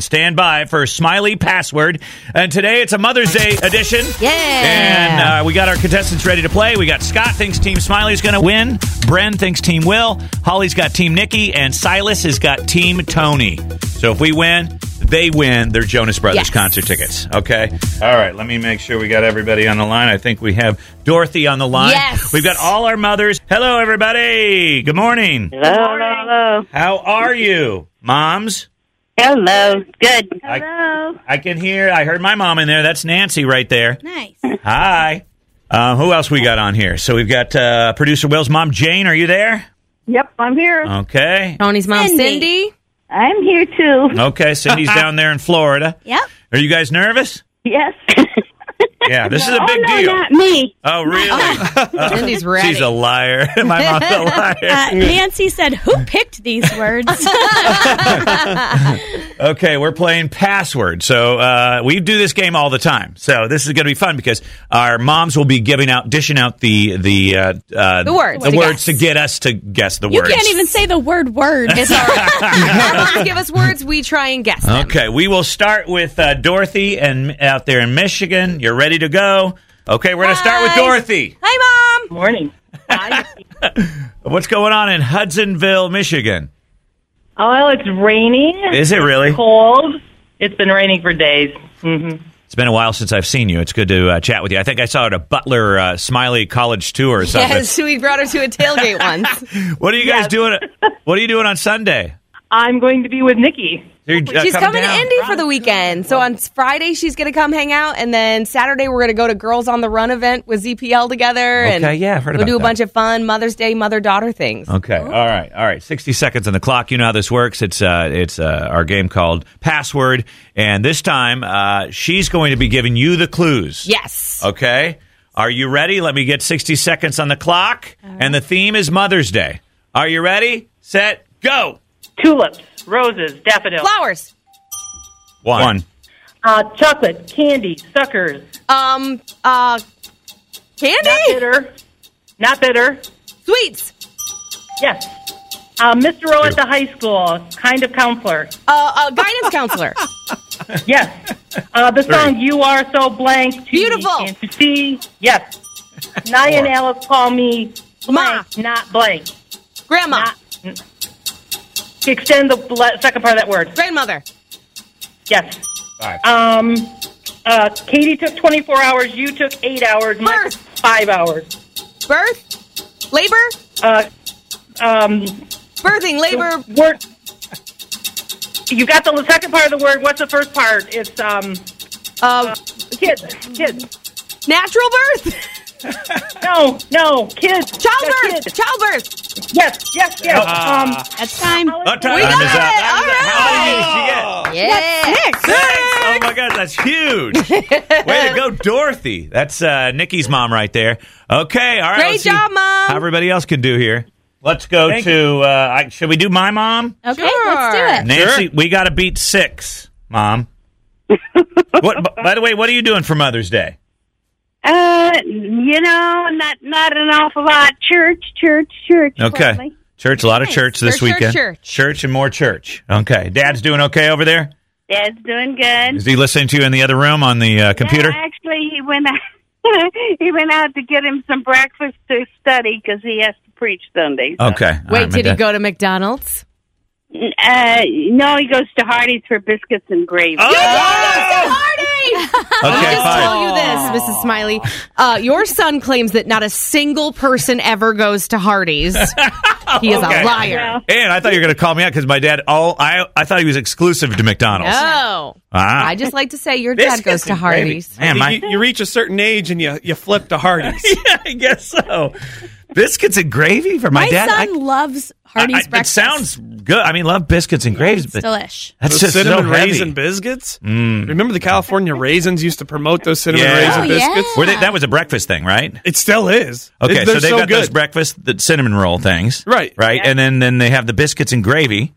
Stand by for Smiley Password. And today it's a Mother's Day edition. Yeah. And uh, we got our contestants ready to play. We got Scott thinks Team Smiley's going to win. Bren thinks Team Will. Holly's got Team Nikki. And Silas has got Team Tony. So if we win, they win their Jonas Brothers Yes. concert tickets. Okay. All right. Let me make sure we got everybody on the line. I think we have Dorothy on the line. Yes. We've got all our mothers. Hello, everybody. Good morning. Hello, hello, How are you, moms? hello. Hello. Good. Hello. I can hear. I heard my mom in there. That's Nancy right there. Nice. Hi. Uh, who else we got on here? So we've got uh, producer Will's mom, Jane. Are you there? Yep, I'm here. Okay. Tony's mom, Cindy. Cindy. I'm here too. Okay. Cindy's down there in Florida. Yep. Are you guys nervous? Yes. Yeah. This is a big oh, no, deal. not me. Oh, really? Cindy's ready. She's a liar. my mom's a liar. Uh, Nancy said, "Who picked these words?" Okay, we're playing password. So uh, we do this game all the time. So this is going to be fun because our moms will be giving out, dishing out the the uh, uh, The words the to words guess. to get us to guess the you words. can't even say the word "word." it's all right. Our moms give us words, we try and guess them. Okay, we will start with uh, Dorothy and out there in Michigan. You're ready to go. Okay, we're going to start with Hi. Dorothy. Hi, mom. Morning. Hi. What's going on in Hudsonville, Michigan? oh, well, it's raining. Is it really? cold. It's been raining for days. hmm It's been a while since I've seen you. It's good to uh, chat with you. I think I saw her at a Butler uh, Smiley College tour or something. Yes, we brought her to a tailgate once. What are you guys doing? What are you doing on Sunday? I'm going to be with Nikki. You're, uh, She's coming to down. Indy for the weekend. So on Friday, she's going to come hang out. And then Saturday, we're going to go to Girls on the Run event with ZPL together. Okay, and yeah, I've heard We'll about do a that. bunch of fun Mother's Day, mother daughter things. Okay. All right. All right. Sixty seconds on the clock. You know how this works. It's uh, it's uh, our game called Password, and this time uh, she's going to be giving you the clues. Yes. Okay. Are you ready? Let me get sixty seconds on the clock, and the theme is Mother's Day. Are you ready? Set. Go. Tulips, roses, daffodils, Flowers. One. One. uh, chocolate, candy, suckers. Um, uh, Not candy. bitter. Not bitter. Sweets. Yes. Uh, Mr. O at the high school, kind of counselor. Uh, uh, guidance counselor. Yes. Uh, the song "You Are So Blank." To Beautiful. Me and to see. Yes. Nye and Alice call me Ma. blank, not blank. Grandma. Not. n- Extend the ble- second part of that word. Grandmother. Yes. All right. Um. Uh, Katie took 24 hours. You took eight hours. Mike Birth. five hours. Birth. Labor. Uh, um, Birthing. Labor. word. You got the second part of the word. What's the first part? It's um, Uh, kids. Kids. natural birth. No, no, kids. Childbirth. Kids. Childbirth. Yes, yes, yes. um, That's time. Uh, time We is got up. it. Time is up. All How many right. did you get? Yeah. Oh my God, that's huge! Way to go, Dorothy. That's uh, Nikki's mom right there. Okay, all right. Great let's see job, Mom. How everybody else can do here. Let's go to. Uh, I, should we do my mom, Okay, Sure. let's do it. Nancy? We got to beat six, mom. what? b- By the way, what are you doing for Mother's Day? Uh, you know, not not an awful lot. Church, church, church. Okay, probably. church. A lot of church this Church, church, weekend. church. church and more church. Okay, Dad's doing okay over there. Dad's doing good. Is he listening to you in the other room on the uh, computer? No, actually, he went out. he went out to get him some breakfast to study because he has to preach Sundays. Okay. all right, Wait, my did he dad- go to McDonald's? Uh, no, he goes to Hardy's for biscuits and gravy. Oh! I Okay, just fine. tell you this, Mrs. Smiley. Uh, your son claims that not a single person ever goes to Hardee's. He is Okay. a liar. Well, And I thought you were going to call me out because my dad. All I I thought he was exclusive to McDonald's. No. Ah. Oh. I just like to say your Biscuits dad goes to and gravy. Hardee's. Man, my, you, you reach a certain age and you you flip to Hardee's. yeah, I guess so. Biscuits and gravy for my, My dad. I- son loves Hardee's I- it breakfast. sounds good. I mean, love biscuits and gravies, but delish. that's Those just cinnamon so heavy. Mm. raisin biscuits. Remember the California raisins used to promote those cinnamon Yeah. raisin Oh, biscuits. Were they, that was a breakfast thing, right? It still is. Okay, It- so they're they've so got good. those breakfast, the cinnamon roll things, Right. Right, and then then they have the biscuits and gravy.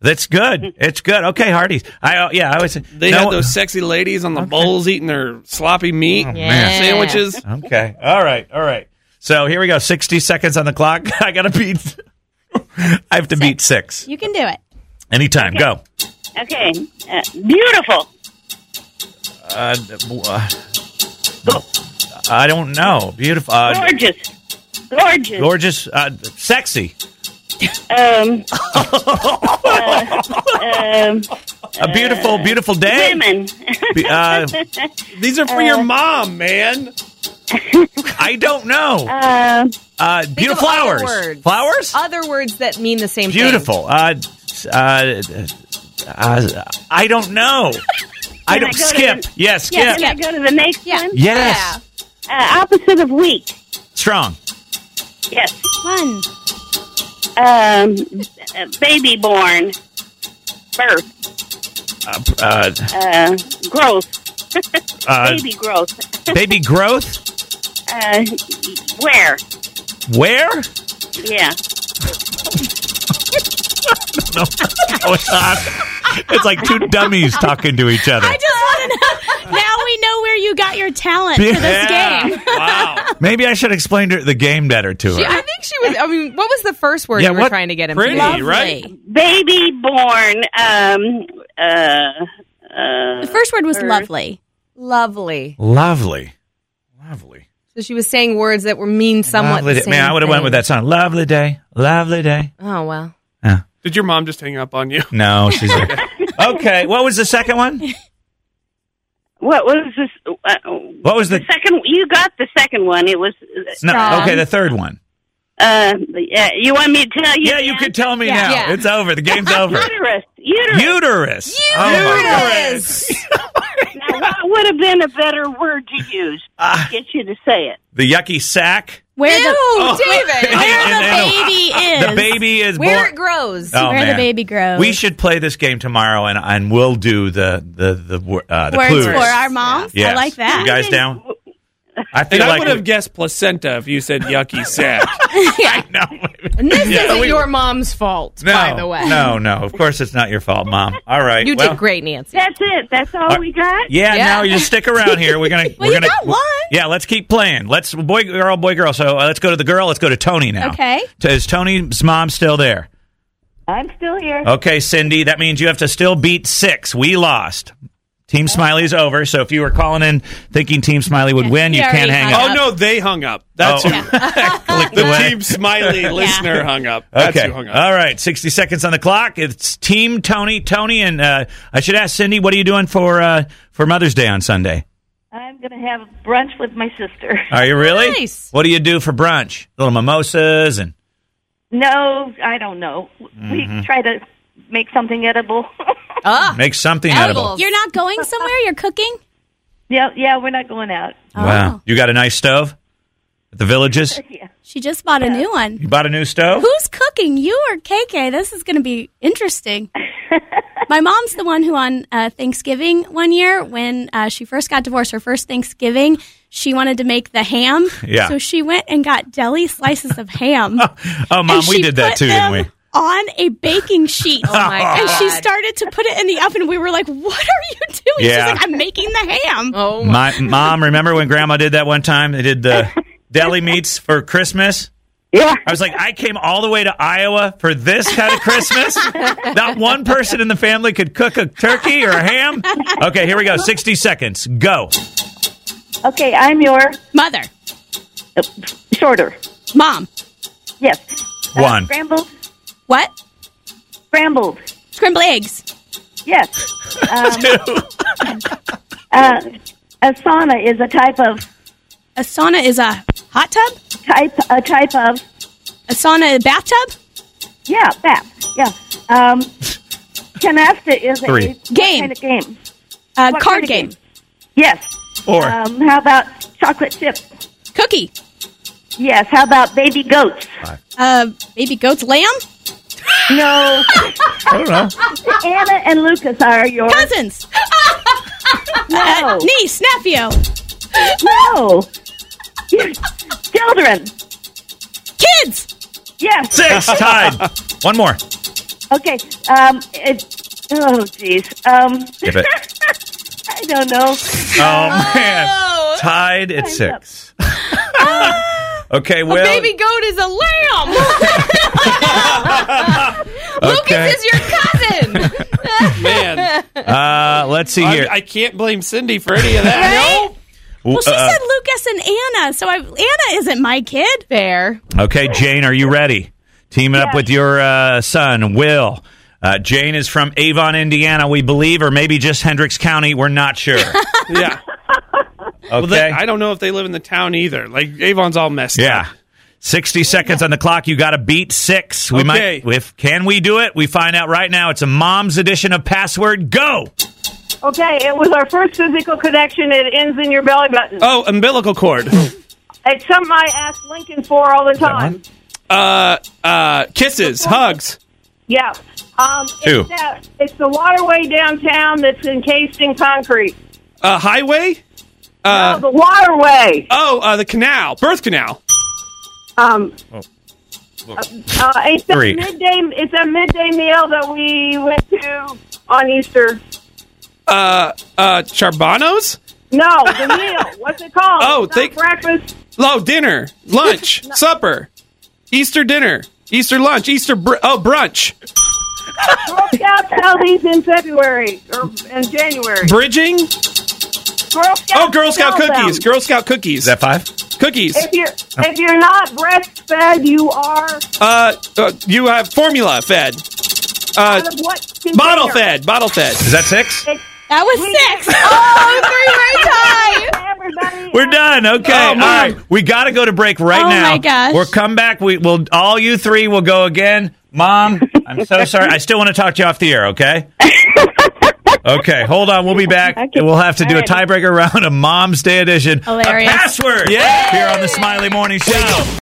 That's good. It's good. Okay, Hardee's. I uh, yeah, I always they no, had those sexy ladies on the bowls eating their sloppy meat Oh, man. sandwiches. Okay. All right. All right. So here we go. 60 seconds on the clock. I got to beat. I have to beat six. You can do it. Anytime. Go. Okay. Uh, beautiful. Uh, w- uh, no. I don't know. Beautiful. Uh, Gorgeous. Gorgeous. gorgeous. Uh, sexy. um, uh, um, A beautiful, beautiful day. women. Be- uh, These are for your mom, man. I don't know. Um, Uh, Think of beautiful flowers. Other words. Uh, Flowers? Other words that mean the same thing. Beautiful. Uh, uh, uh, I don't know. I Can I don't go to skip. the- Yes, skip. can I go to the next Yeah. one? Yes. Uh, opposite of weak. Strong. Yes. Fun. Um, uh, baby born. Birth. Uh, uh, Uh, growth. uh, baby growth. baby growth. Uh, where? Where? Yeah. Oh, it's like two dummies talking to each other. I just want to know. Now we know where you got your talent for this Yeah. game. Wow. Maybe I should explain her, the game better to her. She, I think she was. I mean, what was the first word Yeah, you were what- trying to get him? pretty, to? Lovely. right? Baby born. Um, uh, uh, The first word was lovely. Lovely. Lovely, lovely, So she was saying words that were mean somewhat. lovely the day. same Man, I would have went with that song. Lovely day, lovely day. thing. Oh well. Did your mom just hang up on you? No, she's okay. What was the second one? what was this? Uh, What was the, The second, you got the second one. It was. no? Strong. Okay, the third one. Uh, uh, you want me to tell you? Yeah, you Dan? could tell me now. Yeah. It's over. The game's over. Uterus. Uterus. Uterus. Oh, my God. now, what would have been a better word to use Ah. to get you to say it? The yucky sack. Where Ew, the David. And where the then baby is. The baby is Where born. it grows. Oh, where man. the baby grows. We should play this game tomorrow, and and we'll do the the the wor- uh, the words clues. for our moms. Yes. I like You that. guys down? I feel And I like would have guessed placenta if you said yucky sack. no, And this Oh, Yeah. isn't We- your mom's fault, no, by the way. no, no. Of course, it's not your fault, Mom. All right, You well, did great, Nancy. That's it. That's all Are- we got. Yeah, Yeah. now you stick around here. We're gonna. Well, we're you gonna, got one. Yeah, let's keep playing. Let's boy, girl, boy, girl. So uh, let's go to the girl. Let's go to Tony now. Okay. T- Is Tony's mom still there? I'm still here. Okay, Cindy. That means you have to still beat six. We lost. Team Smiley's over. So if you were calling in thinking Team Smiley would win, you He can't already hang hung up. up. Oh no, they hung up. That's Oh. who. Click The away. team smiley listener hung up. That's Okay. who hung up. All right. 60 seconds on the clock. It's Team Tony. Tony, and uh, I should ask Cindy, what are you doing for uh, for Mother's Day on Sunday? I'm going to have brunch with my sister. Are you really? Nice. What do you do for brunch? Little mimosas and. No, I don't know. Mm-hmm. We try to make something edible. Ah, Make something edible. edibles. You're not going somewhere. You're cooking. yeah, yeah, we're not going out. Oh. Wow. You got a nice stove at the villages? She just bought a new one. You bought a new stove? Who's cooking? You or KK? This is going to be interesting. My mom's the one who, on uh, Thanksgiving one year, when uh, she first got divorced, her first Thanksgiving, she wanted to make the ham. Yeah. So she went and got deli slices of ham. Oh, Mom, And we she did that put too, didn't them we? On a baking sheet. Oh my God. And she started to put it in the oven. We were like, what are you doing? Yeah. She's like, I'm making the ham. Oh, my. My mom, remember when Grandma did that one time? They did the deli meats for Christmas. Yeah. I was like, I came all the way to Iowa for this kind of Christmas. Not one person in the family could cook a turkey or a ham. Okay, here we go. Sixty seconds. Go. Okay, I'm your Mother, uh, shorter. mom, Yes. Uh, One. Scrambled. what? Scrambled. Scrambled eggs. Yes. Um, uh, a sauna is a type of A sauna is a hot tub. type a type of A sauna, a bathtub. yeah bath yeah. Um, canasta is Three. a Game. kind of game. A What Uh, card kind of game? game. Yes. Four. Um, how about chocolate chip? Cookie. Yes. How about baby goats? Uh, baby goat's lamb. No. I don't know. Anna and Lucas are your Cousins. no Uh, niece, nephew. no Oh. children. Kids. Yes. Six. Tied. One more. Okay. Um. It, oh, jeez. Um. Give it. I don't know. Oh man. Tied at six. Okay, Will. Oh, Baby goat is a lamb. okay. Lucas is your cousin. Man, Uh, let's see I, here. I can't blame Cindy for any of that. Right? Well, she Uh, said Lucas and Anna, so I, Anna isn't my kid. Fair. Okay, Jane, are you ready? Teaming up with your uh, son, Will. Uh, Jane is from Avon, Indiana, we believe, or maybe just Hendricks County. We're not sure. Okay. Yeah. Well, they, I don't know if they live in the town either. Like Avon's all messed yeah. up. 60 seconds on the clock. You got to beat six. We Okay. might. If can we do it? We find out right now. It's a mom's edition of Password. Go. Okay, it was our first physical connection. It ends in your belly button. Oh, umbilical cord. It's something I ask Lincoln for all the time. Uh, uh, kisses, hugs. Yeah. Um, Two. It's, that, it's the waterway downtown that's encased in concrete. Uh, highway. oh, the waterway. Oh, uh, the canal, birth canal. Um, uh, it's a Three. midday. It's a midday meal that we went to on Easter. Uh, uh, Charbonnos. No, Oh, the meal. What's it called? Oh, It's not think- breakfast. Oh, dinner, lunch, supper, Easter dinner, Easter lunch, Easter br- oh brunch, Girl Scout Cookies in February or in January. bridging. Girl Scout Oh, Girl Scout cookies, Girl Scout cookies, Is that five? cookies. If you're if you're not breastfed, you are Uh, uh, you have formula fed, uh, out of what? container? bottle fed, bottle fed. Is that six? That was Oh, six. three way tie. Everybody We're done. Okay. Oh, all man. right. We got to go to break right Oh, now. my gosh. We'll come back. We will all you three will go again. Mom, I'm so sorry. I still want to talk to you off the air, okay? Okay, hold on. We'll be back. And We'll have to do a Alrighty. tiebreaker round, a Mom's Day edition. Hilarious. A password Yeah. here on the Smiley Morning Show.